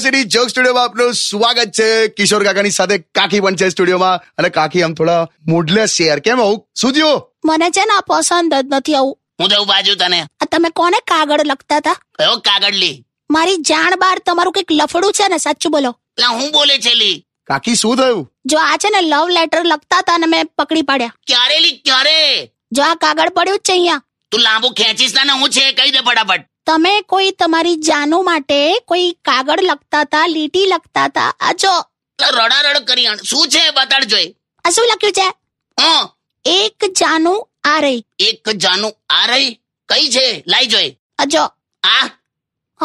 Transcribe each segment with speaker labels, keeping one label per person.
Speaker 1: City joke સ્ટુડિયોમાં આપનું સ્વાગત છે કિશોર કાકાની સાથે કાકી પણ છે સ્ટુડિયોમાં અને કાકી આમ થોડા મોઢલે શેર કેમ આવું શું થયું
Speaker 2: મને છે ને આ પસંદ જ નથી આવું
Speaker 3: હું દઉં બાજુ તને
Speaker 2: આ તમે કોને કાગળ લખતા હતા
Speaker 3: કયો કાગળલી
Speaker 2: મારી જાણ બહાર તમારું કંઈક લફડું છે ને સાચું બોલો
Speaker 3: લા હું બોલે છે લી
Speaker 1: કાકી શું થયું
Speaker 2: જો આ છે ને લવ લેટર લખતા હતા અને મેં પકડી પાડ્યા
Speaker 3: ક્યારે લી ક્યારે
Speaker 2: જો આ કાગળ પડ્યું જ છે અહીંયા
Speaker 3: તું લાંબુ ખેંચીશ ના ને હું છે કહી દે ફટાફટ
Speaker 2: તમે કોઈ તમારી જાનુ માટે કોઈ કાગળ લખતા હતા લીટી લખતા હતા આ જો
Speaker 3: લા રડારડ કરી આણ. શું છે બતાડ જોઈ
Speaker 2: આ શું લખ્યું છે
Speaker 3: હં
Speaker 2: એક જાનુ આ રહી
Speaker 3: એક જાનું આ રહી કઈ છે લાઈ જોઈ
Speaker 2: આ જો
Speaker 3: આ
Speaker 2: હ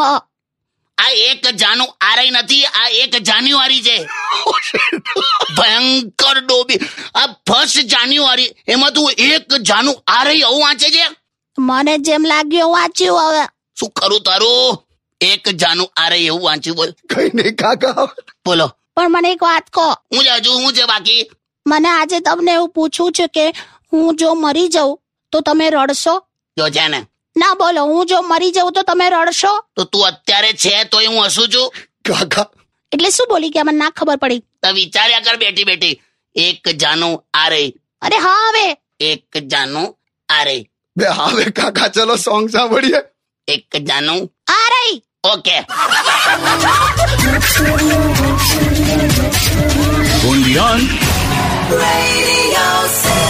Speaker 3: આ એક જાનું આ રહી નથી આ એક જાન્યુઆરી છે ભયંકર ડોબી આ ફર્સ્ટ જાન્યુઆરી એમાં તું એક જાનું આ રહી આવું વાંચે છે
Speaker 2: મને જેમ લાગ્યું એવું વાંચ્યું હવે
Speaker 3: શું કરું તારું એક જાનું આ રહી એવું વાંચ્યું બોલ
Speaker 1: કઈ નહીં કાકા
Speaker 3: બોલો
Speaker 2: પણ મને એક વાત કહો
Speaker 3: હું જ હજુ હું છે બાકી
Speaker 2: મને આજે તમને એવું પૂછવું છે કે હું જો મરી જાઉં તો તમે રડશો
Speaker 3: જો છે ને
Speaker 2: ના બોલો હું જો મરી જાઉં તો તમે રડશો
Speaker 3: તો તું અત્યારે છે તોય હું હસું છું
Speaker 1: કાકા
Speaker 2: એટલે શું બોલી કે મને ના ખબર પડી
Speaker 3: તો વિચાર્યા કર બેઠી બેઠી એક જાનું આ રહી
Speaker 2: અરે હા હવે
Speaker 3: એક જાનું આ રહી
Speaker 1: બે હવે કાકા ચલો સોંગ સાંભળીએ
Speaker 3: એક જાનું
Speaker 2: આ રહી
Speaker 3: okay
Speaker 4: Un guión
Speaker 5: Radio City.